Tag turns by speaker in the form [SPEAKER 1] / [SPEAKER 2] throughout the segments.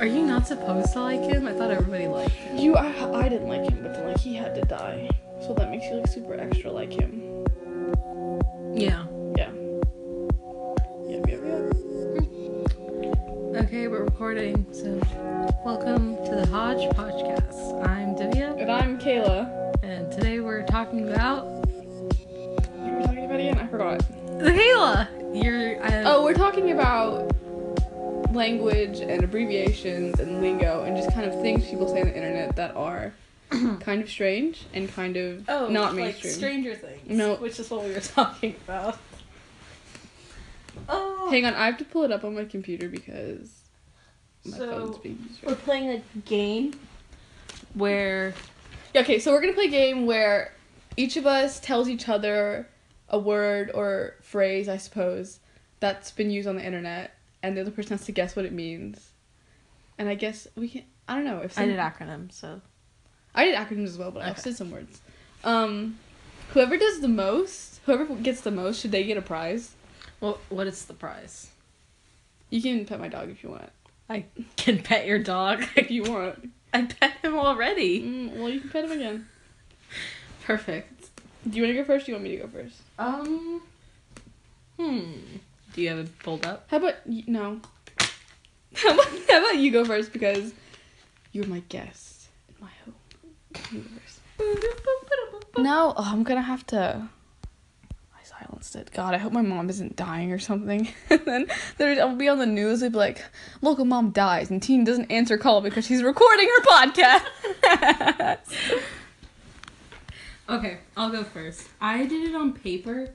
[SPEAKER 1] Are you not supposed to like him? I thought everybody liked him.
[SPEAKER 2] You, I, I didn't like him, but then like he had to die, so that makes you like super extra like him.
[SPEAKER 1] Yeah.
[SPEAKER 2] Yeah. Yep, yep, yep.
[SPEAKER 1] Okay, we're recording. So, welcome to the Hodge Podcast. I'm Divya,
[SPEAKER 2] And I'm Kayla.
[SPEAKER 1] and today we're talking about
[SPEAKER 2] You were talking about again? I forgot.
[SPEAKER 1] the Kayla. You're. I,
[SPEAKER 2] Oh, we're talking about language and abbreviations and lingo and just kind of things people say on the internet that are kind of strange and kind of not mainstream.
[SPEAKER 1] oh, Stranger Things.
[SPEAKER 2] No.
[SPEAKER 1] Which is what we were talking about. Oh.
[SPEAKER 2] Hang on, I have to pull it up on my computer because my
[SPEAKER 1] So-
[SPEAKER 2] phone's being distracted.
[SPEAKER 1] We're playing a game where
[SPEAKER 2] Yeah, Okay, so we're gonna play a game where each of us tells each other a word or phrase, I suppose, that's been used on the internet, and the other person has to guess what it means. And I guess we can. I don't know if
[SPEAKER 1] I
[SPEAKER 2] some,
[SPEAKER 1] did acronyms, so
[SPEAKER 2] I did acronyms as well, but I've
[SPEAKER 1] Okay.
[SPEAKER 2] said some words. Um, whoever does the most, whoever gets the most, should they get a prize?
[SPEAKER 1] well, what is the prize?
[SPEAKER 2] You can pet my dog if you want.
[SPEAKER 1] I can pet your dog.
[SPEAKER 2] If you want,
[SPEAKER 1] I pet him already.
[SPEAKER 2] mm, well, you can pet him again.
[SPEAKER 1] Perfect.
[SPEAKER 2] Do you want to go first? Or do you want me to go first?
[SPEAKER 1] Um. Hmm. Do you have it pulled up?
[SPEAKER 2] How about y- no? How about, how about you go first because you're my guest in my home. You go first. No, oh, I'm gonna have to. I silenced it. God, I hope my mom isn't dying or something. and then there's, I'll be on the news. They'd be like, "Local mom dies and teen doesn't answer call because she's recording her podcast."
[SPEAKER 1] Okay, I'll go first. I did it on paper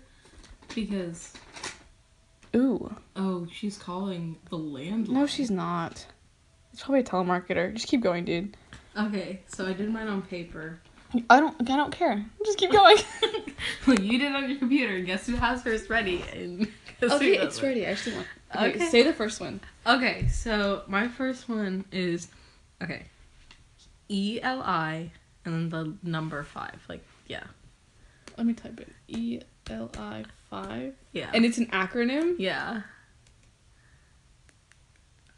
[SPEAKER 1] because
[SPEAKER 2] Ooh,
[SPEAKER 1] oh, she's calling the landline.
[SPEAKER 2] no, she's not. It's probably a telemarketer. Just keep going, dude.
[SPEAKER 1] Okay, so I did mine on paper.
[SPEAKER 2] I don't. I don't care. Just keep going.
[SPEAKER 1] well, you did it on your computer. Guess who has hers ready? And guess who
[SPEAKER 2] okay,
[SPEAKER 1] doesn't.
[SPEAKER 2] it's ready. I actually want. Okay,
[SPEAKER 1] Okay.
[SPEAKER 2] say the first one.
[SPEAKER 1] Okay, so my first one is okay. E L I and then the number five. Like yeah.
[SPEAKER 2] Let me type it. E L I five.
[SPEAKER 1] Yeah.
[SPEAKER 2] And it's an acronym.
[SPEAKER 1] yeah.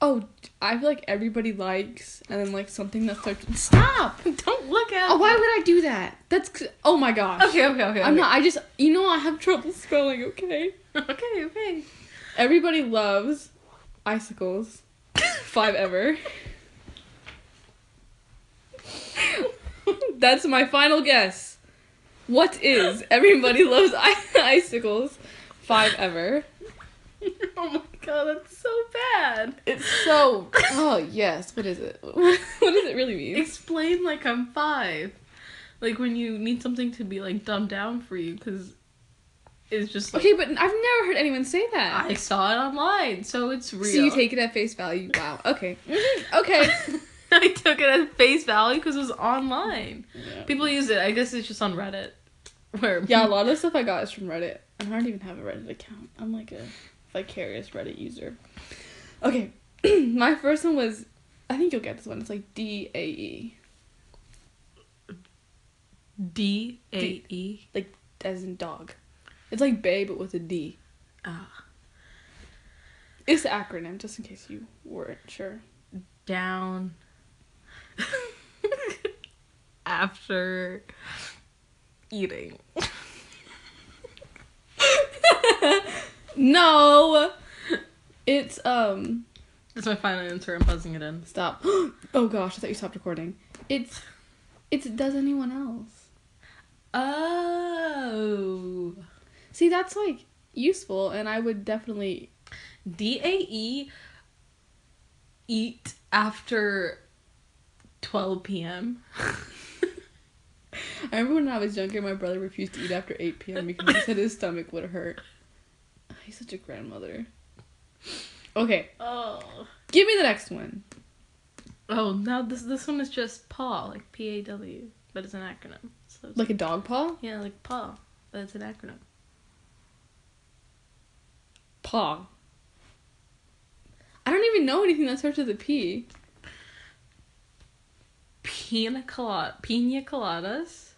[SPEAKER 2] Oh, I feel like everybody likes, and then like something that starts. Stop!
[SPEAKER 1] Don't look at
[SPEAKER 2] Oh, why would I do that? That's. c- Oh my gosh.
[SPEAKER 1] Okay, okay, okay.
[SPEAKER 2] I'm not. I just. You know, I have trouble spelling. Okay.
[SPEAKER 1] Okay, okay.
[SPEAKER 2] Everybody loves icicles. Five ever. That's my final guess. What is everybody loves I- icicles? Five ever.
[SPEAKER 1] oh my god, that's so bad.
[SPEAKER 2] It's so. Oh yes. What is it? what does it really mean?
[SPEAKER 1] Explain like I'm five. Like when you need something to be like dumbed down for you, because it's just like
[SPEAKER 2] Okay, but I've never heard anyone say that.
[SPEAKER 1] I saw it online, so it's real.
[SPEAKER 2] so you take it at face value. Wow. Okay. Mhm, Okay.
[SPEAKER 1] I took it at face value because it was online.
[SPEAKER 2] yeah.
[SPEAKER 1] People use it. I guess it's just on Reddit. Where
[SPEAKER 2] a lot of the stuff I got is from Reddit, and I don't even have a Reddit account. I'm like a vicarious Reddit user. Okay, my first one was, I think you'll get this one. It's like D A E,
[SPEAKER 1] D A E.
[SPEAKER 2] as in dog. It's like Bay, but with a D.
[SPEAKER 1] Ah.
[SPEAKER 2] It's the acronym, just in case you weren't sure.
[SPEAKER 1] down after eating.
[SPEAKER 2] No, it's um.
[SPEAKER 1] That's my final answer. I'm buzzing it in.
[SPEAKER 2] Stop. oh gosh, I thought you stopped recording. It's it's does anyone else?
[SPEAKER 1] Oh.
[SPEAKER 2] See, that's like useful and I would definitely
[SPEAKER 1] D A E eat after 12 p.m.
[SPEAKER 2] I remember when I was younger my brother refused to eat after 8 p.m. because he said his stomach would hurt. He's such a grandmother. Okay,
[SPEAKER 1] Oh.
[SPEAKER 2] give me the next one.
[SPEAKER 1] Oh, now this this one is just paw, like P A W, but it's an acronym. So it's,
[SPEAKER 2] Like a dog paw?
[SPEAKER 1] yeah, like paw, but it's an acronym.
[SPEAKER 2] Paw. I don't even know anything that starts with a P.
[SPEAKER 1] pina colada, pina coladas,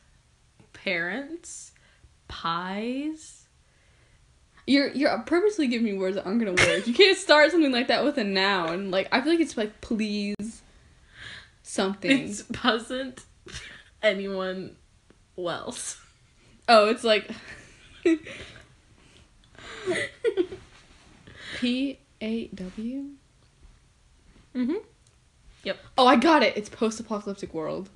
[SPEAKER 1] parents, pies,
[SPEAKER 2] You're you're purposely giving me words that aren't gonna work. You can't start something like that with a noun. Like I feel like it's like please something.
[SPEAKER 1] It doesn't anyone else.
[SPEAKER 2] oh, it's like P A W.
[SPEAKER 1] Mm-hmm.
[SPEAKER 2] Oh, I got it. It's post-apocalyptic world.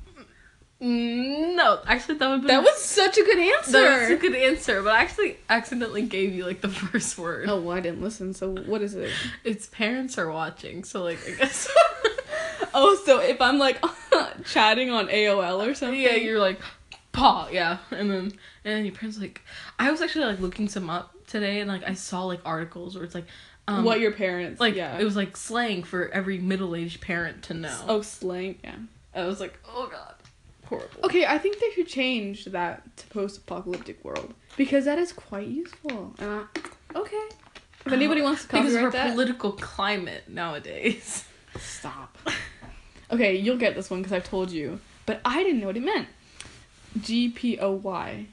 [SPEAKER 1] No, actually, that would be
[SPEAKER 2] Mm-hmm. That was such a good answer.
[SPEAKER 1] that was a good answer, but I actually accidentally gave you like the first word.
[SPEAKER 2] Oh, well, I didn't listen. So what is it?
[SPEAKER 1] Its parents are watching, so like I guess.
[SPEAKER 2] Oh, so if I'm like chatting on AOL or something.
[SPEAKER 1] yeah, you're like, paw, yeah, and then and then your parents like, I was actually like looking some up today, and like I saw like articles where it's like, um,
[SPEAKER 2] what your parents
[SPEAKER 1] like
[SPEAKER 2] Yeah.
[SPEAKER 1] it was like slang for every middle aged parent to know.
[SPEAKER 2] oh slang. Yeah.
[SPEAKER 1] I was like, oh god, horrible.
[SPEAKER 2] Okay, I think they should change that to post-apocalyptic world because that is quite useful. And I, okay. If anybody wants to
[SPEAKER 1] because of our
[SPEAKER 2] copyright that,
[SPEAKER 1] political climate nowadays.
[SPEAKER 2] stop. Okay, you'll get this one because I've told you, but I didn't know what it meant. G P O Y.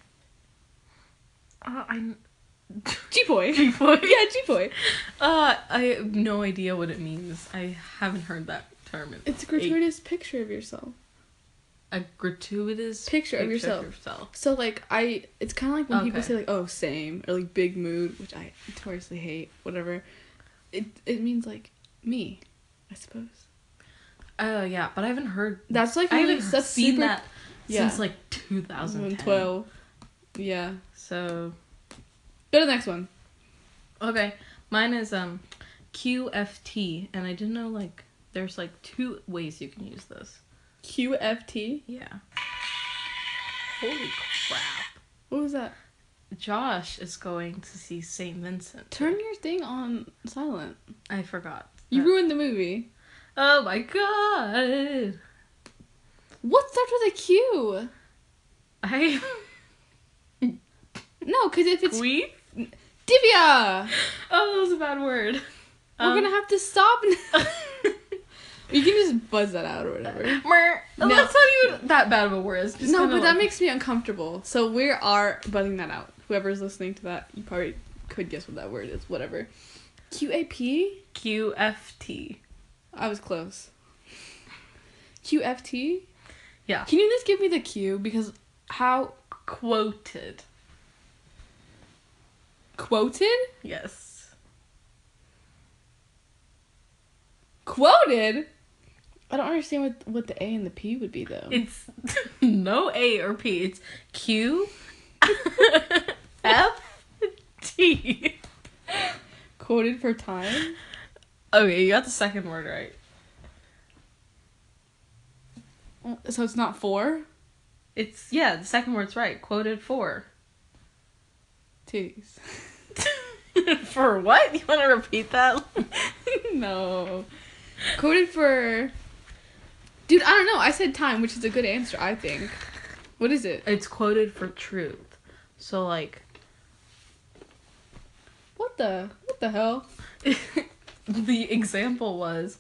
[SPEAKER 1] Uh, I
[SPEAKER 2] G boy.
[SPEAKER 1] G boy.
[SPEAKER 2] yeah, G boy.
[SPEAKER 1] uh, I have no idea what it means. I haven't heard that term. in
[SPEAKER 2] It's a
[SPEAKER 1] like eight-
[SPEAKER 2] gratuitous picture of yourself.
[SPEAKER 1] a gratuitous
[SPEAKER 2] Picture of yourself. So like I, it's kind of like when people
[SPEAKER 1] Okay.
[SPEAKER 2] say like oh same or like big mood, which I notoriously hate. Whatever, it it means like me, I suppose.
[SPEAKER 1] Oh yeah, but I haven't heard.
[SPEAKER 2] That's like
[SPEAKER 1] I
[SPEAKER 2] really
[SPEAKER 1] haven't
[SPEAKER 2] that's
[SPEAKER 1] seen
[SPEAKER 2] super
[SPEAKER 1] that
[SPEAKER 2] yeah.
[SPEAKER 1] since like 2010.
[SPEAKER 2] 2012. Yeah.
[SPEAKER 1] So
[SPEAKER 2] Go to the next one.
[SPEAKER 1] okay, mine is um QFT, and I didn't know like there's like two ways you can use this.
[SPEAKER 2] QFT.
[SPEAKER 1] Yeah. Holy crap!
[SPEAKER 2] What was that?
[SPEAKER 1] Josh is going to see Saint Vincent.
[SPEAKER 2] Turn your thing on silent.
[SPEAKER 1] I forgot.
[SPEAKER 2] You
[SPEAKER 1] that.
[SPEAKER 2] ruined the movie.
[SPEAKER 1] Oh my god!
[SPEAKER 2] What starts with a Q?
[SPEAKER 1] I
[SPEAKER 2] No, because if it's
[SPEAKER 1] we.
[SPEAKER 2] Divya,
[SPEAKER 1] Oh, that was a bad word.
[SPEAKER 2] we're
[SPEAKER 1] Um.
[SPEAKER 2] gonna have to stop. Now. you can just buzz that out or whatever.
[SPEAKER 1] No. That's not even that bad of a word. It's just
[SPEAKER 2] no,
[SPEAKER 1] kinda
[SPEAKER 2] but that
[SPEAKER 1] like-
[SPEAKER 2] makes me uncomfortable. So we are buzzing that out. Whoever's listening to that, you probably could guess what that word is. Whatever. QAP?
[SPEAKER 1] QFT.
[SPEAKER 2] I was close. QFT?
[SPEAKER 1] Yeah.
[SPEAKER 2] Can you just give me the Q? Because how
[SPEAKER 1] Quoted.
[SPEAKER 2] quoted?
[SPEAKER 1] Yes.
[SPEAKER 2] Quoted? I don't understand what what the A and the P would be though.
[SPEAKER 1] It's no A or P. It's Q F T.
[SPEAKER 2] quoted for time?
[SPEAKER 1] Okay, you got the second word right.
[SPEAKER 2] Uh, So it's not four?
[SPEAKER 1] It's yeah, the second word's right. Quoted for.
[SPEAKER 2] Titties.
[SPEAKER 1] for what? You want to repeat that?
[SPEAKER 2] no. Quoted for. Dude, I don't know. I said time, which is a good answer, I think. What is it?
[SPEAKER 1] it's quoted for truth. So like
[SPEAKER 2] What the? What the hell?
[SPEAKER 1] the example was,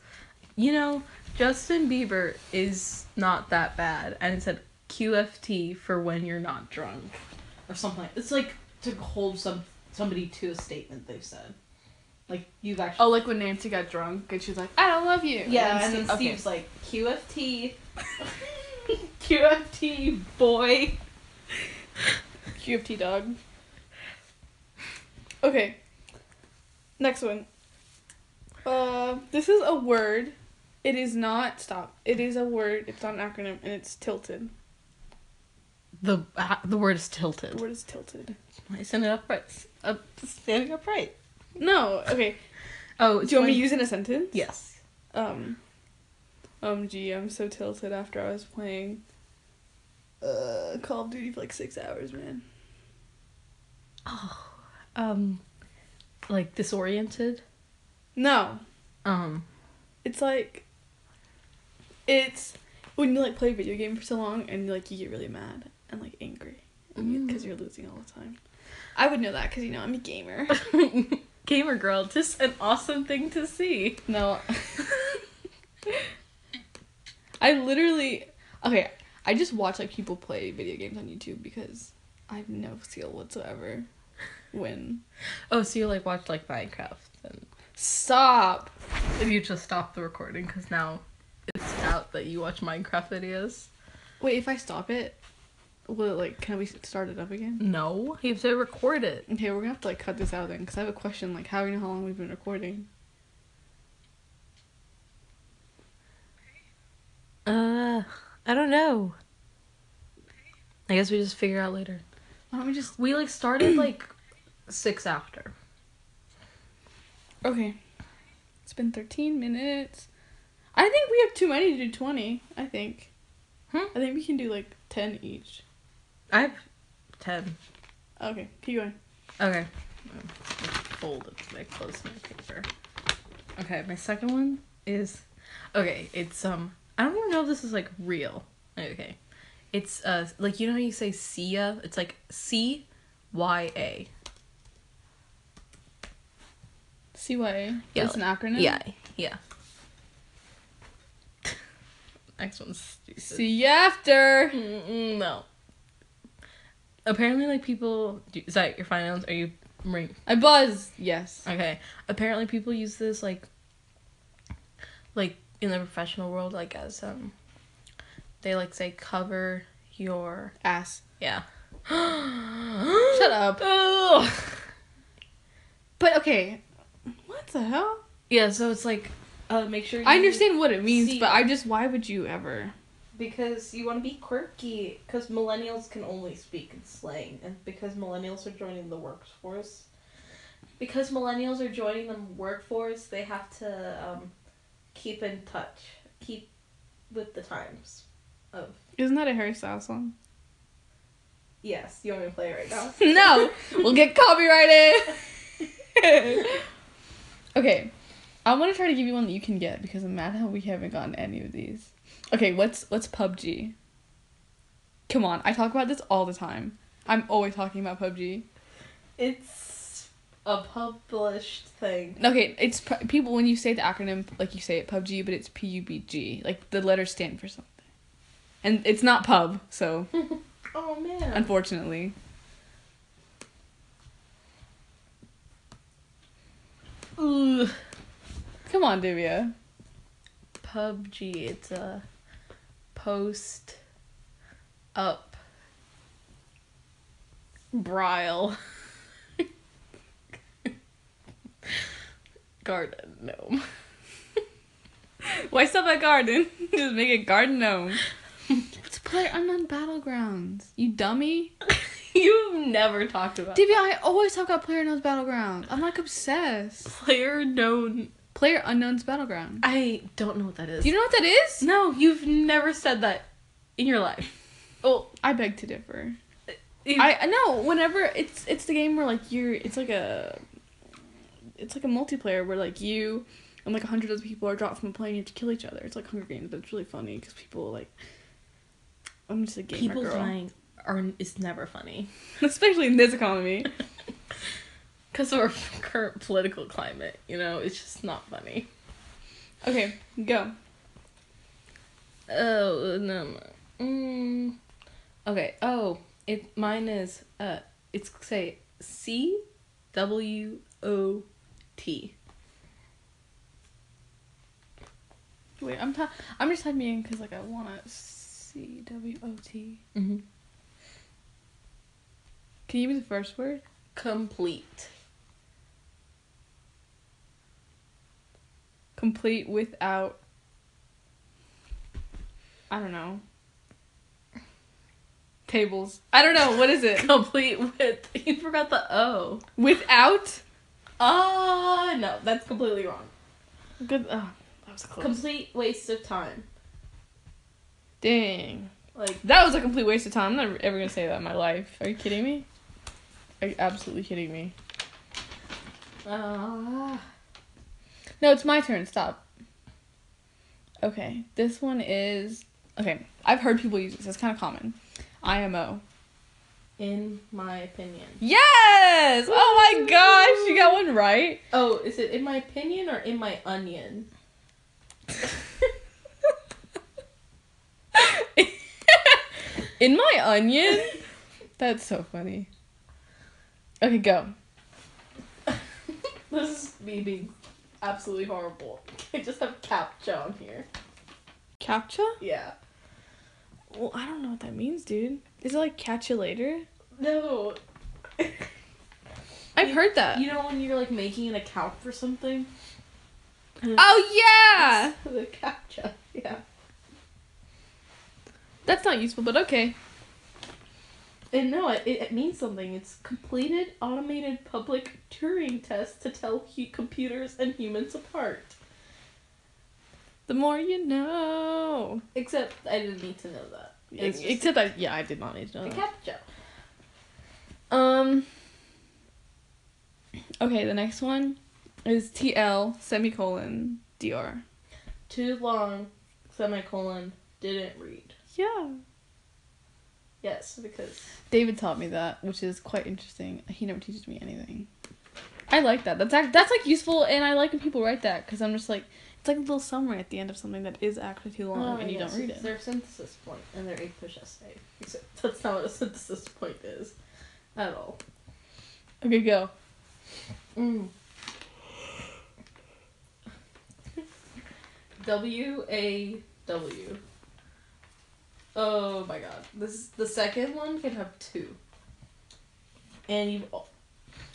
[SPEAKER 1] you know, Justin Bieber is not that bad, and it said QFT for when you're not drunk, or something. It's like to hold some somebody to a statement they've said, like you've actually.
[SPEAKER 2] Oh, like when Nancy got drunk and she's like, I don't love you.
[SPEAKER 1] yeah, and then Steve's like QFT, QFT boy.
[SPEAKER 2] QFT dog. Okay. Next one. Uh, this is a word. It is not. Stop. It is a word. It's not an acronym, and it's tilted.
[SPEAKER 1] The uh, the word is
[SPEAKER 2] The
[SPEAKER 1] tilted.
[SPEAKER 2] word is tilted.
[SPEAKER 1] Isn't it upright? Up, standing upright.
[SPEAKER 2] No. Okay.
[SPEAKER 1] Oh,
[SPEAKER 2] Do you want me to use it in a sentence?
[SPEAKER 1] Yes.
[SPEAKER 2] Um. Um. Gee, I'm so tilted after I was playing. Uh, Call of Duty for like six hours, man.
[SPEAKER 1] Um, like disoriented.
[SPEAKER 2] No,
[SPEAKER 1] Um.
[SPEAKER 2] it's like. It's when you like play a video game for so long and like you get really mad and like angry because you're losing all the time. I would know that because you know I'm a gamer.
[SPEAKER 1] Gamer girl, just an awesome thing to see.
[SPEAKER 2] No. I literally okay. I just watch like people play video games on YouTube because I have no skill whatsoever. win.
[SPEAKER 1] Oh, so you like watch like Minecraft and
[SPEAKER 2] Stop.
[SPEAKER 1] if you just stop the recording because now it's out that you watch Minecraft videos.
[SPEAKER 2] Wait, if I stop it, will it, like can we start it up again?
[SPEAKER 1] No, you have to record it.
[SPEAKER 2] Okay, we're gonna have to like cut this out then, cause I have a question. Like, how do you know how long we've been recording?
[SPEAKER 1] Uh, I don't know. I guess we just figure out later.
[SPEAKER 2] Why don't we just
[SPEAKER 1] We like started like six after.
[SPEAKER 2] okay? It's been thirteen minutes. I think we have too many to do twenty. I think.
[SPEAKER 1] Hmm?
[SPEAKER 2] I think we can do like ten each.
[SPEAKER 1] I have ten.
[SPEAKER 2] Okay, keep going.
[SPEAKER 1] Okay. Fold it to make close my paper. Okay, my second one is okay, it's um I don't even know if this is like real. Okay. It's uh like you know how you say Sia? It's like C Y A.
[SPEAKER 2] CYA.
[SPEAKER 1] Yeah,
[SPEAKER 2] That's an acronym.
[SPEAKER 1] Mm-hmm. Yeah. Next one's stupid.
[SPEAKER 2] See you after.
[SPEAKER 1] Mm, no. Apparently, like people, do- is that your finance? Are you ring?
[SPEAKER 2] I buzz. Yes.
[SPEAKER 1] Okay. Apparently, people use this like, like in the professional world, like as um, they like say cover your
[SPEAKER 2] Ass.
[SPEAKER 1] yeah.
[SPEAKER 2] Shut up.
[SPEAKER 1] Oh.
[SPEAKER 2] But okay. What the hell?
[SPEAKER 1] Yeah. So it's like, uh, make sure.
[SPEAKER 2] I
[SPEAKER 1] you-
[SPEAKER 2] understand what it means,
[SPEAKER 1] See-
[SPEAKER 2] but I just why would you ever?
[SPEAKER 1] because you want to be quirky because millennials can only speak in slang and because millennials are joining the workforce because millennials are joining the workforce they have to um, keep in touch keep with the times of
[SPEAKER 2] Isn't that a Harry Styles song?
[SPEAKER 1] yes you want me to play it right now
[SPEAKER 2] no, we'll get copyrighted. okay, I want to try to give you one that you can get because I'm mad how we haven't gotten any of these. Okay, what's what's PUBG? Come on, I talk about this all the time. I'm always talking about PUBG.
[SPEAKER 1] it's a published thing
[SPEAKER 2] Okay, it's pu- people when you say the acronym like you say it PUBG, but it's P U B G. Like the letters stand for something, and it's not pub. So
[SPEAKER 1] oh man
[SPEAKER 2] unfortunately.
[SPEAKER 1] Ugh.
[SPEAKER 2] Come on, Divya.
[SPEAKER 1] PUBG. It's a post up brile garden gnome.
[SPEAKER 2] Why stop at garden? Just make it garden gnome. it's player unknown battlegrounds. You dummy.
[SPEAKER 1] You've never talked about
[SPEAKER 2] Divya, I always talk about player unknown's battleground. I'm like obsessed.
[SPEAKER 1] player known.
[SPEAKER 2] Player unknown's battleground.
[SPEAKER 1] I don't know what that is.
[SPEAKER 2] Do you know what that is?
[SPEAKER 1] no, you've never said that in your life. Oh,
[SPEAKER 2] I beg to differ.
[SPEAKER 1] you-
[SPEAKER 2] I I know. Whenever it's it's the game where like you're, it's like a, it's like a multiplayer where like you and like a hundred other people are dropped from a plane. You have to kill each other. It's like Hunger Games, but it's really funny because people like. I'm just a gamer
[SPEAKER 1] people
[SPEAKER 2] girl,
[SPEAKER 1] dying are is never funny
[SPEAKER 2] especially in this economy.
[SPEAKER 1] because of our current political climate. You know, it's just not funny.
[SPEAKER 2] Okay, go.
[SPEAKER 1] Oh no. Mm. Okay. Oh, it. Mine is. Uh, it's say C, W O, T.
[SPEAKER 2] Wait, I'm ta- I'm just typing in because like I want to C W O T.
[SPEAKER 1] Mm-hmm.
[SPEAKER 2] Can you give me the first word?
[SPEAKER 1] Complete.
[SPEAKER 2] Complete without. I don't know. Tables. I don't know. What is it?
[SPEAKER 1] Complete with. You forgot the O.
[SPEAKER 2] without.
[SPEAKER 1] Ah, no, that's completely wrong.
[SPEAKER 2] Good. Oh, that was close.
[SPEAKER 1] Complete waste of time.
[SPEAKER 2] Dang.
[SPEAKER 1] Like
[SPEAKER 2] That was a complete waste of time. I'm not ever gonna say that in my life. Are you kidding me? Are you absolutely kidding me?
[SPEAKER 1] ah.
[SPEAKER 2] No, it's my turn. Stop. Okay, this one is okay. I've heard people use this. It's kind of common. IMO.
[SPEAKER 1] in my opinion.
[SPEAKER 2] Yes! Oh my gosh, you got one right.
[SPEAKER 1] Oh, is it in my opinion or in my onion?
[SPEAKER 2] In my onion. That's so funny. Okay, go.
[SPEAKER 1] this is me being absolutely horrible. I just have CAPTCHA on here.
[SPEAKER 2] Captcha?
[SPEAKER 1] Yeah.
[SPEAKER 2] Well, I don't know what that means, dude. Is it like catch you later?
[SPEAKER 1] No.
[SPEAKER 2] I've heard that.
[SPEAKER 1] You know when you're like making an account for something?
[SPEAKER 2] oh yeah.
[SPEAKER 1] the CAPTCHA. Yeah.
[SPEAKER 2] That's not useful, but okay.
[SPEAKER 1] And no, it, it it means something. It's completed automated public Turing test to tell hu- computers and humans apart.
[SPEAKER 2] The more you know.
[SPEAKER 1] Except I didn't need to know that. It's just
[SPEAKER 2] Except I yeah, I did not need to know.
[SPEAKER 1] a
[SPEAKER 2] that.
[SPEAKER 1] CAPTCHA.
[SPEAKER 2] Um. Okay, the next one is TL semicolon DR.
[SPEAKER 1] Too long, semicolon, didn't read.
[SPEAKER 2] Yeah.
[SPEAKER 1] Yes, because
[SPEAKER 2] David taught me that, which is quite interesting. He never teaches me anything. I like that. That's act- that's like useful, and I like when people write that because I'm just like it's like a little summary at the end of something that is actually too long Oh, and you don't read it.
[SPEAKER 1] Their synthesis point and their eighth push essay. Except that's not what a synthesis point is, at all.
[SPEAKER 2] Okay, go.
[SPEAKER 1] Mm. W A W. Oh my god. This is the second one can have two. And you've al-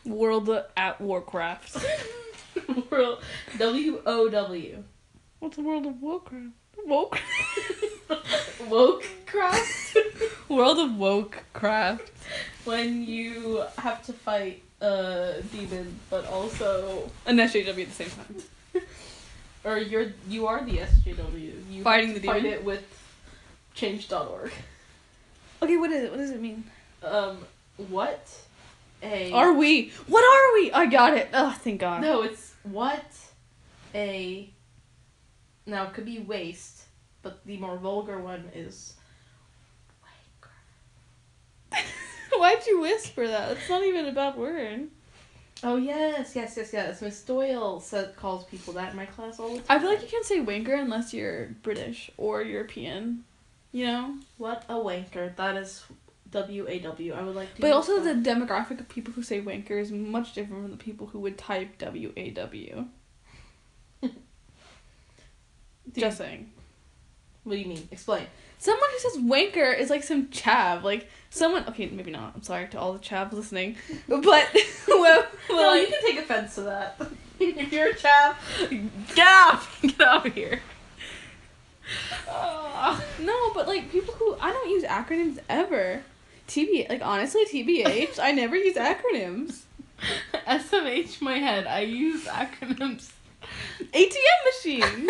[SPEAKER 2] World at Warcraft.
[SPEAKER 1] World W O W.
[SPEAKER 2] What's the World of Warcraft? Woke.
[SPEAKER 1] Woke craft
[SPEAKER 2] World of Wokecraft.
[SPEAKER 1] when you have to fight a demon but also
[SPEAKER 2] And SJW at the same time.
[SPEAKER 1] or you're you are the SJW. You
[SPEAKER 2] Fighting
[SPEAKER 1] have to
[SPEAKER 2] the
[SPEAKER 1] fight
[SPEAKER 2] demon?
[SPEAKER 1] it with change.org.
[SPEAKER 2] Okay, what is it? What does it mean?
[SPEAKER 1] Um what a
[SPEAKER 2] Are we? What are we? I got it. Oh, thank God.
[SPEAKER 1] No, it's what a. Now it could be waste, but the more vulgar one is.
[SPEAKER 2] Why'd you whisper that? That's not even a bad word.
[SPEAKER 1] Oh yes, yes, yes, yes. Miss Doyle said calls people that in my class all the time.
[SPEAKER 2] I feel like you can't say wanker unless you're British or European. You know?
[SPEAKER 1] what a wanker. That is W A W. I would like to.
[SPEAKER 2] But
[SPEAKER 1] use
[SPEAKER 2] also, the
[SPEAKER 1] that.
[SPEAKER 2] demographic of people who say wanker is much different from the people who would type W A W.
[SPEAKER 1] Dude,
[SPEAKER 2] Just saying.
[SPEAKER 1] What do you mean? Explain.
[SPEAKER 2] Someone who says wanker is like some chav. Like, someone. Okay, maybe not. I'm sorry to all the chavs listening. But. well,
[SPEAKER 1] no,
[SPEAKER 2] like,
[SPEAKER 1] you can take offense to that. if you're a chap.
[SPEAKER 2] Get off! Get out of here.
[SPEAKER 1] uh,
[SPEAKER 2] no, but like people who I don't use acronyms ever. TB like honestly TBH I never use acronyms.
[SPEAKER 1] SMH my head. I use acronyms.
[SPEAKER 2] ATM machine.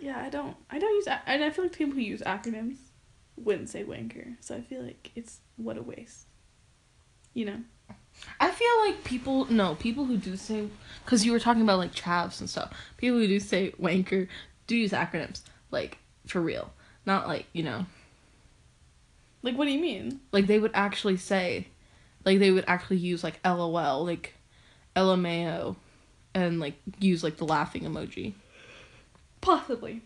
[SPEAKER 2] yeah, I don't. I don't use. ac- And I feel like people who use acronyms wouldn't say wanker. So I feel like it's what a waste. You know.
[SPEAKER 1] I feel like people no people who do say because you were talking about like chavs and stuff. People who do say wanker do use acronyms like for real, not like you know
[SPEAKER 2] Like what do you mean?
[SPEAKER 1] like they would actually say, like they would actually use like LOL like LMAO, and like use like the laughing emoji.
[SPEAKER 2] Possibly.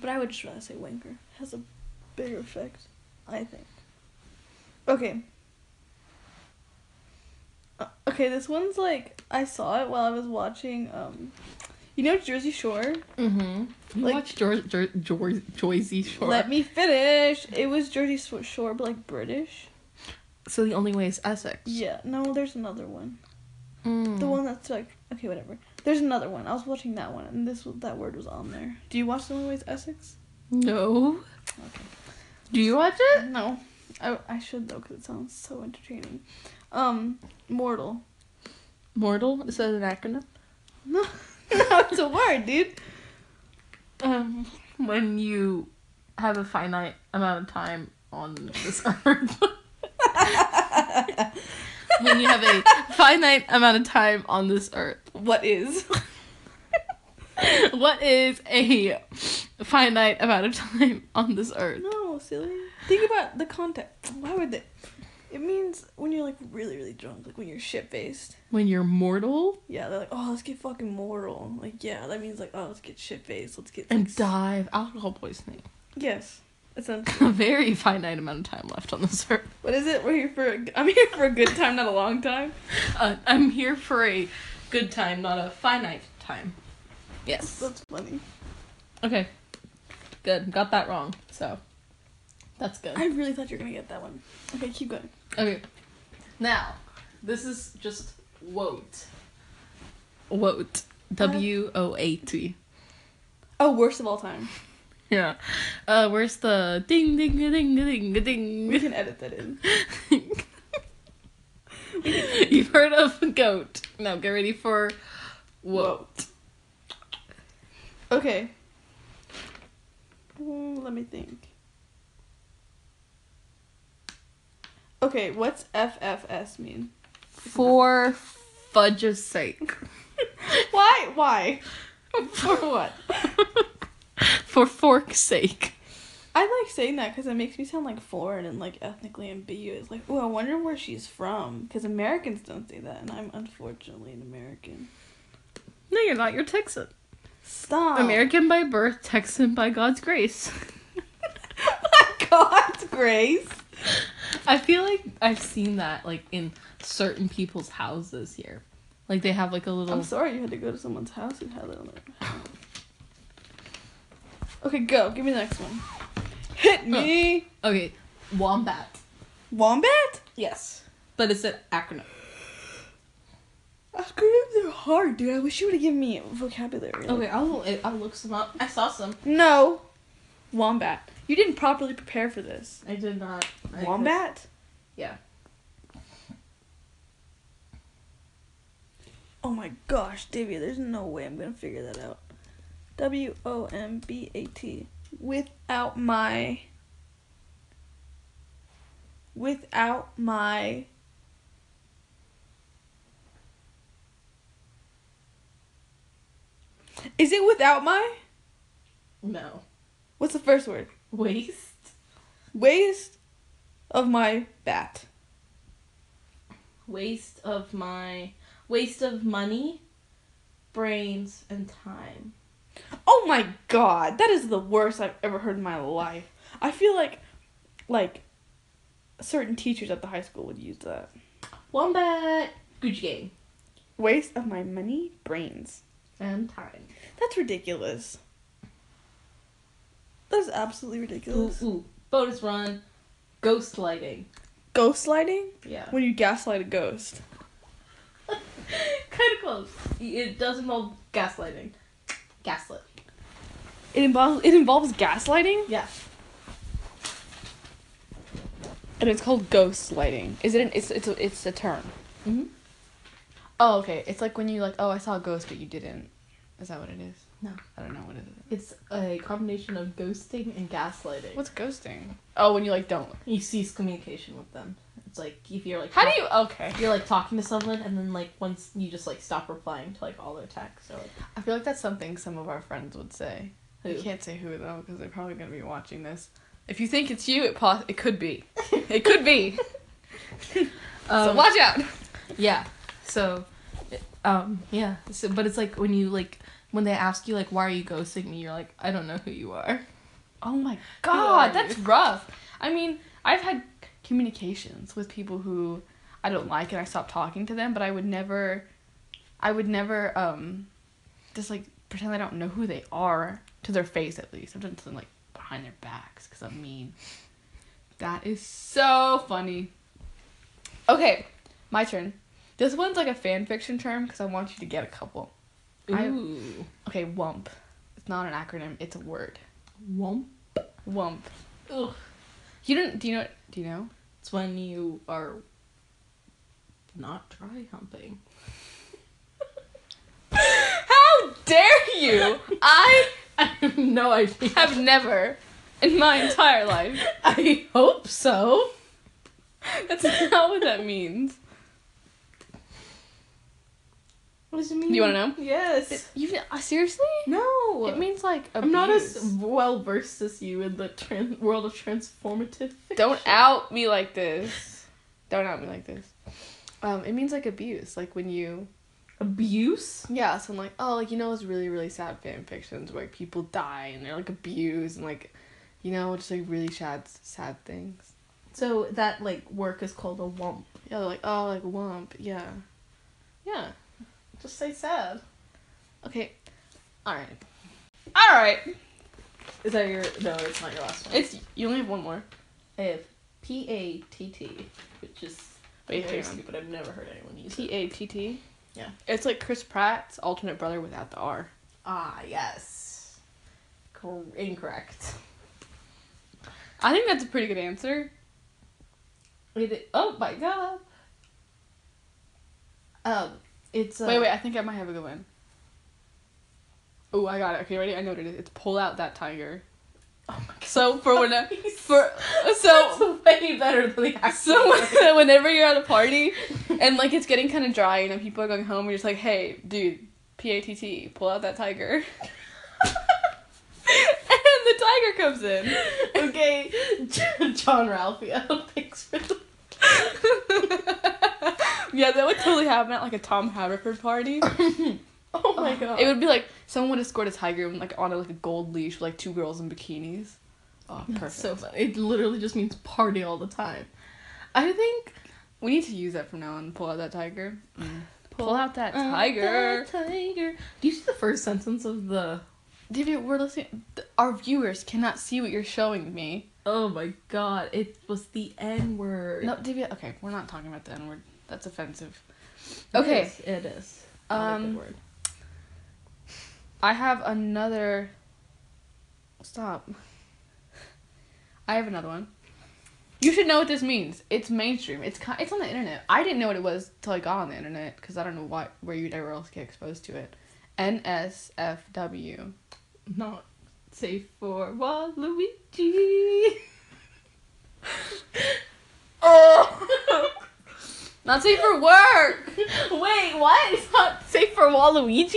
[SPEAKER 2] But I would just rather say wanker. has a bigger effect, I think. Okay. Uh, okay, this one's like I saw it while I was watching um you know Jersey Shore?
[SPEAKER 1] Mm-hmm. You
[SPEAKER 2] Like-
[SPEAKER 1] watch George George George Joyzy Shore.
[SPEAKER 2] Let me finish. It was Jersey Sw- Shore but like British.
[SPEAKER 1] so the only way is Essex.
[SPEAKER 2] Yeah, no, there's another one.
[SPEAKER 1] Mm.
[SPEAKER 2] The one that's like okay, whatever. There's another one. I was watching that one and this w- that word was on there. Do you watch The Only Ways Essex?
[SPEAKER 1] No.
[SPEAKER 2] Okay.
[SPEAKER 1] Do you watch it?
[SPEAKER 2] No, I, I should though because it sounds so entertaining. Um, mortal.
[SPEAKER 1] Mortal is that an acronym?
[SPEAKER 2] No, no, it's a word, dude.
[SPEAKER 1] um, when you have a finite amount of time on this earth. when you have a finite amount of time on this earth.
[SPEAKER 2] What is?
[SPEAKER 1] What is a finite amount of time on this earth?
[SPEAKER 2] no, silly. Think about the context. Why would they? It means when you're like really, really drunk, like when you're shit faced.
[SPEAKER 1] When you're mortal
[SPEAKER 2] Yeah, they're like, oh, let's get fucking mortal. Like, yeah, that means like, oh, let's get shit faced. Let's get
[SPEAKER 1] and
[SPEAKER 2] like, s-
[SPEAKER 1] die of alcohol poisoning.
[SPEAKER 2] Yes.
[SPEAKER 3] essentially.
[SPEAKER 1] a very finite amount of time left on this earth.
[SPEAKER 3] What is it? We're here for. A, g- I'm here for a good time, not a long time.
[SPEAKER 1] Uh, I'm here for a good time, not a finite time. Yes.
[SPEAKER 3] That's funny.
[SPEAKER 1] Okay. Good. Got that wrong. So that's good.
[SPEAKER 3] I really thought you were gonna get that one. Okay, keep going.
[SPEAKER 1] Okay. Now, this is just woat. Woat. W O A T.
[SPEAKER 3] Oh, worst of all time.
[SPEAKER 1] Yeah. Uh, where's the ding ding a ding a ding a
[SPEAKER 3] We
[SPEAKER 1] ding?
[SPEAKER 3] can edit that in.
[SPEAKER 1] You've heard of goat. Now get ready for woat.
[SPEAKER 3] Okay. Mm, let me think. Okay, what's FFS mean?
[SPEAKER 1] For fudge's sake.
[SPEAKER 3] Why? Why? For what?
[SPEAKER 1] for fork's sake.
[SPEAKER 3] I like saying that because it makes me sound like foreign and like ethnically ambiguous. Like, oh, I wonder where she's from. Because Americans don't say that, and I'm unfortunately an American.
[SPEAKER 1] No, you're not. You're Texan.
[SPEAKER 2] Oh.
[SPEAKER 3] Stop.
[SPEAKER 1] American by birth, Texan by God's grace.
[SPEAKER 3] My God, Grace.
[SPEAKER 1] I feel like I've seen that like in certain people's houses here. Like they have like a little
[SPEAKER 3] I'm sorry you had to go to someone's house who had it on their Okay, go. Give me the next one. Hit me.
[SPEAKER 1] Okay, wombat.
[SPEAKER 3] Wombat?
[SPEAKER 1] Yes. But it's an acronym.
[SPEAKER 3] Acronyms are hard, dude. I wish you would have given me vocabulary.
[SPEAKER 1] Okay, I'll I'll look some up. I saw some.
[SPEAKER 3] No. Wombat. You didn't properly prepare for this.
[SPEAKER 1] I did not. I-
[SPEAKER 3] Wombat?
[SPEAKER 1] Yeah.
[SPEAKER 3] Oh my gosh, Davia, there's no way I'm gonna figure that out. W O M B A T. Without my. Without my. Is it without my?
[SPEAKER 1] No.
[SPEAKER 3] What's the first word?
[SPEAKER 1] Waste.
[SPEAKER 3] Waste of my bat.
[SPEAKER 1] Waste of my waste of money, brains, and time.
[SPEAKER 3] Oh my god, that is the worst I've ever heard in my life. I feel like like certain teachers at the high school would use that.
[SPEAKER 1] Wombat. Gucci gang.
[SPEAKER 3] Waste of my money, brains.
[SPEAKER 1] And time.
[SPEAKER 3] That's ridiculous. That's absolutely
[SPEAKER 1] Ooh,
[SPEAKER 3] ridiculous.
[SPEAKER 1] ooh. Bonus run. Ghost lighting.
[SPEAKER 3] Ghost lighting?
[SPEAKER 1] Yeah.
[SPEAKER 3] When you gaslight a ghost.
[SPEAKER 1] kind of close. It does involve gaslighting. Gaslit.
[SPEAKER 3] It involves it involves gaslighting
[SPEAKER 1] Yeah.
[SPEAKER 3] and it's called ghost lighting. Is it an it's it's a, it's a term.
[SPEAKER 1] hmm
[SPEAKER 2] Oh, okay. It's like when you like, oh, I saw a ghost, but you didn't. Is that what it is?
[SPEAKER 1] No.
[SPEAKER 2] I don't know what it is.
[SPEAKER 1] It's a combination of ghosting and gaslighting.
[SPEAKER 2] What's ghosting? Oh, when you like don't.
[SPEAKER 1] You cease communication with them. It's like if you're like
[SPEAKER 2] How do you? Okay.
[SPEAKER 1] you're like talking to someone and then like once you just like stop replying to like all their texts or like
[SPEAKER 2] I feel like that's something some of our friends would say. I
[SPEAKER 1] who.
[SPEAKER 2] can't say who though, because they're probably gonna be watching this. If you think it's you, it pos- it could be. It could be. so
[SPEAKER 1] Um,
[SPEAKER 2] watch out.
[SPEAKER 1] Yeah. So, it- um, yeah. So, but it's like when you like when they ask you like why are you ghosting me, you're like I don't know who you are.
[SPEAKER 2] Oh my
[SPEAKER 1] are
[SPEAKER 2] god, that's rough. I mean, I've had communications with people who I don't like and I stopped talking to them, but I would never I would never um just like pretend I don't know who they are to their face at least. I've done something like behind their backs cuz I'm mean. That is so funny. Okay, my turn. This one's like a fan fiction term cuz I want you to get a couple. I-
[SPEAKER 1] Ooh.
[SPEAKER 2] Okay, wump. It's not an acronym, it's a word.
[SPEAKER 1] Womp.
[SPEAKER 2] Wump.
[SPEAKER 1] Ugh.
[SPEAKER 2] You don't. Do you know? Do you know?
[SPEAKER 1] It's when you are not dry humping.
[SPEAKER 2] How dare you! I
[SPEAKER 1] I have no idea.
[SPEAKER 2] have never, in my entire life.
[SPEAKER 1] I hope so.
[SPEAKER 2] That's not what that means.
[SPEAKER 1] What does it mean?
[SPEAKER 2] You wanna
[SPEAKER 1] know? Yes.
[SPEAKER 2] You uh, seriously?
[SPEAKER 1] no.
[SPEAKER 2] It means like abuse.
[SPEAKER 1] I'm not as well versed as you in the tran world of transformative fiction.
[SPEAKER 2] Don't out me like this. Don't out me like this. Um, it means like abuse, like when you.
[SPEAKER 1] abuse.
[SPEAKER 2] Yeah, so I'm like, oh, like you know, it's really really sad fan fictions where like people die and they're like abused and like, You know, just like really sad, sad things.
[SPEAKER 1] So that like work is called a wump.
[SPEAKER 2] Yeah, they're like oh, like womp. Yeah, yeah.
[SPEAKER 1] Just say sad.
[SPEAKER 2] Okay, all right.
[SPEAKER 1] All right. Is that your? No, it's not your last one.
[SPEAKER 2] It's you only have one more.
[SPEAKER 1] I have P A T T, which is
[SPEAKER 2] Wait,
[SPEAKER 1] very
[SPEAKER 2] hang on.
[SPEAKER 1] stupid. I've never heard anyone use
[SPEAKER 2] T
[SPEAKER 1] it.
[SPEAKER 2] A T T.
[SPEAKER 1] Yeah.
[SPEAKER 2] It's like Chris Pratt's alternate brother without the R.
[SPEAKER 1] Ah yes. Cor- incorrect.
[SPEAKER 2] I think that's a pretty good answer.
[SPEAKER 1] It, oh my god. Um, it's uh,
[SPEAKER 2] wait, wait. I think I might have a good one. Oh, I got it. Okay, ready? I know what it is. It's pull out that tiger.
[SPEAKER 1] Oh my god.
[SPEAKER 2] So for when I,
[SPEAKER 1] Please.
[SPEAKER 2] for
[SPEAKER 1] That's
[SPEAKER 2] so
[SPEAKER 1] way better than the
[SPEAKER 2] so
[SPEAKER 1] actual.
[SPEAKER 2] when- whenever you're at a party and like it's getting kind of dry, you know, people are going home, and you're just like, hey, dude, P A T T, pull out that tiger. and the tiger comes in.
[SPEAKER 1] okay, John Ralphio. Thanks for the.
[SPEAKER 2] yeah, that would totally happen at like a Tom Haverford party.
[SPEAKER 1] Oh my god.
[SPEAKER 2] It would be like someone would escort a tiger like on a, like a gold leash with like two girls in bikinis. Oh,
[SPEAKER 1] That's
[SPEAKER 2] perfect.
[SPEAKER 1] So funny. It literally just means party all the time. I think
[SPEAKER 2] we need to use that from now on. Pull out that tiger. Mm. Pull,
[SPEAKER 1] Pull
[SPEAKER 2] out that
[SPEAKER 1] Uh,
[SPEAKER 2] tiger.
[SPEAKER 1] that tiger. Do you see the first sentence of the?
[SPEAKER 2] David, we're listening. th- Our viewers cannot see what you're showing me.
[SPEAKER 1] Oh my god! It was the N word.
[SPEAKER 2] No, David. Okay, we're not talking about the N word. That's offensive.
[SPEAKER 1] It
[SPEAKER 2] Okay.
[SPEAKER 1] is, It is. Not a good
[SPEAKER 2] Um,
[SPEAKER 1] word.
[SPEAKER 2] I have another. Stop. I have another one. You should know what this means. It's mainstream. It's ki- it's on the internet. I didn't know what it was till I got on the internet because I don't know why where you'd ever else get exposed to it. NSFW.
[SPEAKER 1] Not safe for Waluigi. oh.
[SPEAKER 2] Not safe for work.
[SPEAKER 1] Wait, what? It's not safe for Waluigi?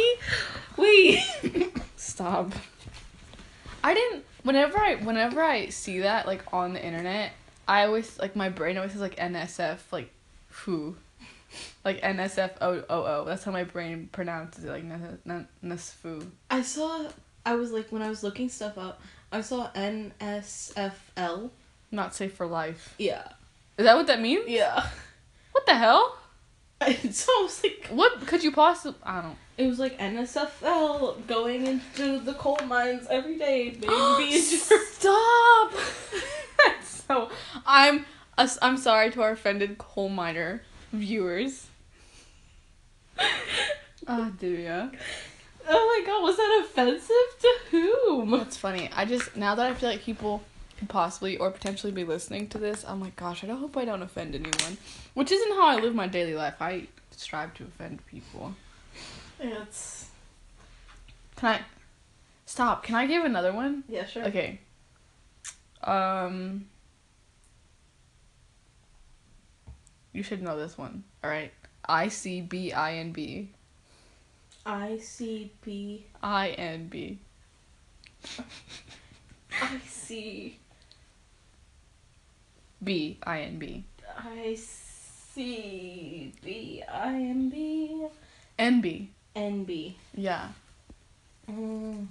[SPEAKER 1] Wait.
[SPEAKER 2] Stop. I didn't. Whenever I whenever I see that like on the internet, I always like my brain always says like NSF like who, like NSF O O O. That's how my brain pronounces it like N- N- NSFU.
[SPEAKER 1] I saw. I was like when I was looking stuff up. I saw NSFL.
[SPEAKER 2] Not safe for life.
[SPEAKER 1] Yeah.
[SPEAKER 2] Is that what that means?
[SPEAKER 1] Yeah.
[SPEAKER 2] What the hell?
[SPEAKER 1] so I was like,
[SPEAKER 2] What could you possibly? I don't.
[SPEAKER 1] it was like NSFL going into the coal mines every day, Oh being being-
[SPEAKER 2] Stop. That's so. I'm. i I'm sorry to our offended coal miner viewers. Ah, do ya?
[SPEAKER 1] Oh my god, was that offensive to whom?
[SPEAKER 2] That's funny. I just now that I feel like people could possibly or potentially be listening to this, I'm like, gosh, I don't hope I don't offend anyone. Which isn't how I live my daily life. I strive to offend people.
[SPEAKER 1] It's
[SPEAKER 2] Can I stop? Can I give another one?
[SPEAKER 1] yeah, sure.
[SPEAKER 2] Okay. Um. You should know this one. All right. I C B I N B.
[SPEAKER 1] I C B
[SPEAKER 2] I N B.
[SPEAKER 1] I C
[SPEAKER 2] B I N B.
[SPEAKER 1] I C B I M B
[SPEAKER 2] N B.
[SPEAKER 1] N B.
[SPEAKER 2] Yeah.
[SPEAKER 1] Mm.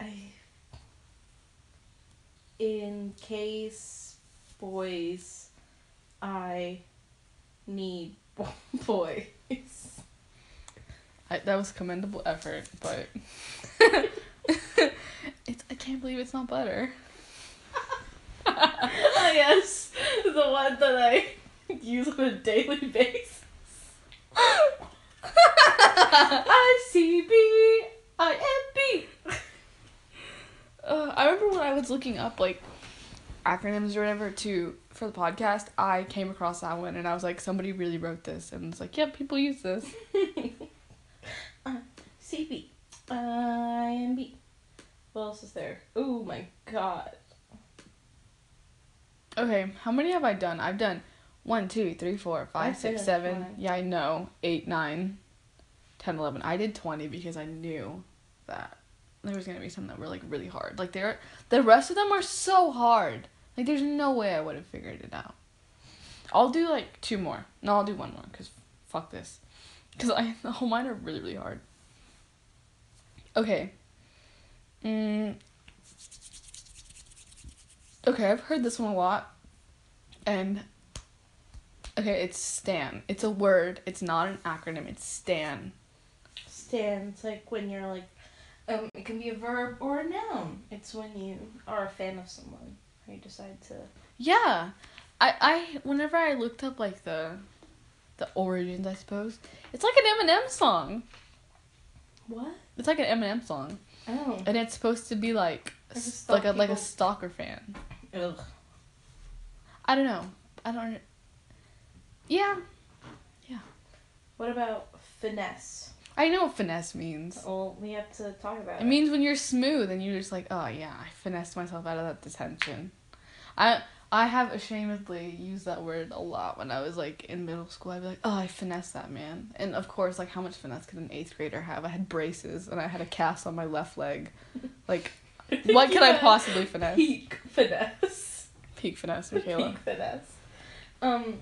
[SPEAKER 1] I in case boys I need boys.
[SPEAKER 2] I, that was commendable effort, but it's I can't believe it's not butter.
[SPEAKER 1] oh yes, the one that I use on a daily basis. I C B I N B.
[SPEAKER 2] Uh, I remember when I was looking up like acronyms or whatever to for the podcast, I came across that one and I was like, somebody really wrote this, and it's like, yep, people use this.
[SPEAKER 1] C B I N B. What else is there? Oh my god.
[SPEAKER 2] Okay, how many have I done? I've done one, two, three, four, five,
[SPEAKER 1] I
[SPEAKER 2] six,
[SPEAKER 1] finished
[SPEAKER 2] seven.
[SPEAKER 1] mine.
[SPEAKER 2] Yeah, I know. Eight, nine, ten, eleven. I did twenty because I knew that there was gonna be some that were like really hard. Like they're the rest of them are so hard. Like there's no way I would have figured it out. I'll do like two more. No, I'll do one more because fuck this. Because I all mine are really really hard. Okay. Mm, Okay, I've heard this one a lot. And okay, it's Stan. It's a word. It's not an acronym. It's Stan.
[SPEAKER 1] Stan. It's like when you're like, um, it can be a verb or a noun. It's when you are a fan of someone or you decide to.
[SPEAKER 2] Yeah. I I whenever I looked up like the the origins, I suppose. It's like an Eminem song.
[SPEAKER 1] What?
[SPEAKER 2] It's like an Eminem song.
[SPEAKER 1] Oh.
[SPEAKER 2] And it's supposed to be like
[SPEAKER 1] Like a
[SPEAKER 2] s-
[SPEAKER 1] stalk
[SPEAKER 2] like a like a
[SPEAKER 1] people.
[SPEAKER 2] stalker fan.
[SPEAKER 1] Ugh.
[SPEAKER 2] I don't know. I don't Yeah.
[SPEAKER 1] What about finesse?
[SPEAKER 2] I know what finesse means.
[SPEAKER 1] Well, we have to talk about
[SPEAKER 2] It means when you're smooth and you're just like, oh yeah, I finessed myself out of that detention. I I have ashamedly used that word a lot when I was like in middle school. I'd be like, oh, I finessed that man. And of course, like how much finesse could an eighth grader have? I had braces and I had a cast on my left leg. Like, what could I
[SPEAKER 1] Yeah.
[SPEAKER 2] possibly finesse?
[SPEAKER 1] Peak finesse.
[SPEAKER 2] Peak finesse, Michaela.
[SPEAKER 1] Peak finesse. Um,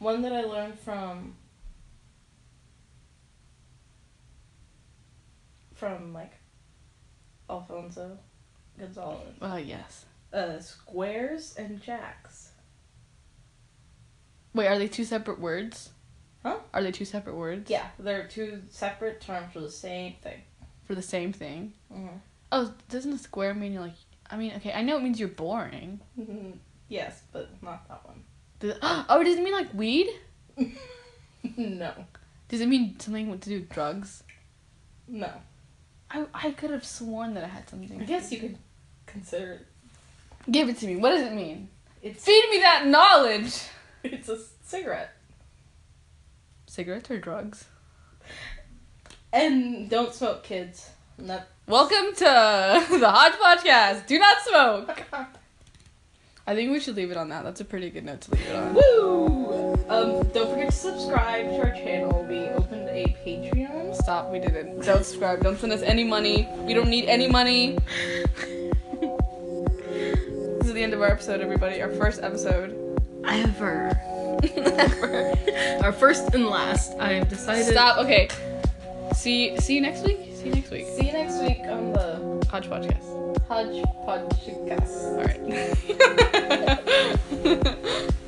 [SPEAKER 1] one that I learned from from like Alfonso Gonzalez.
[SPEAKER 2] Oh yes.
[SPEAKER 1] Uh, squares and jacks.
[SPEAKER 2] Wait, are they two separate words?
[SPEAKER 1] Huh?
[SPEAKER 2] Are they two separate words?
[SPEAKER 1] Yeah, they're two separate terms for the same thing.
[SPEAKER 2] For the same thing.
[SPEAKER 1] Mm-hmm.
[SPEAKER 2] Oh, doesn't a square mean you're like? I mean, okay, I know it means you're boring.
[SPEAKER 1] Mm-hmm. yes, but not that one.
[SPEAKER 2] Does- Oh, does it mean like weed?
[SPEAKER 1] no,
[SPEAKER 2] Does it mean something to do with drugs?
[SPEAKER 1] no.
[SPEAKER 2] I, I could have sworn that I had something.
[SPEAKER 1] I guess you could consider it.
[SPEAKER 2] Give it to me. What does it mean?
[SPEAKER 1] It's
[SPEAKER 2] Feed me that knowledge!
[SPEAKER 1] it's a cigarette.
[SPEAKER 2] Cigarettes or drugs?
[SPEAKER 1] And don't smoke, kids. Not-
[SPEAKER 2] Welcome to the Hodge Podcast. Do not smoke! I think we should leave it on that. That's a pretty good note to leave it on.
[SPEAKER 1] Woo! Um, don't forget to subscribe to our channel. We opened a Patreon.
[SPEAKER 2] Stop, we didn't. Don't subscribe. Don't send us any money. We don't need any money. this is the end of our episode, everybody. Our first episode.
[SPEAKER 1] Ever. Our first and last. I have decided.
[SPEAKER 2] Stop. Okay. See see you next week. See you next week.
[SPEAKER 1] See you next week on the
[SPEAKER 2] Hodge Podcast.
[SPEAKER 1] Hodge Podcast.
[SPEAKER 2] All right.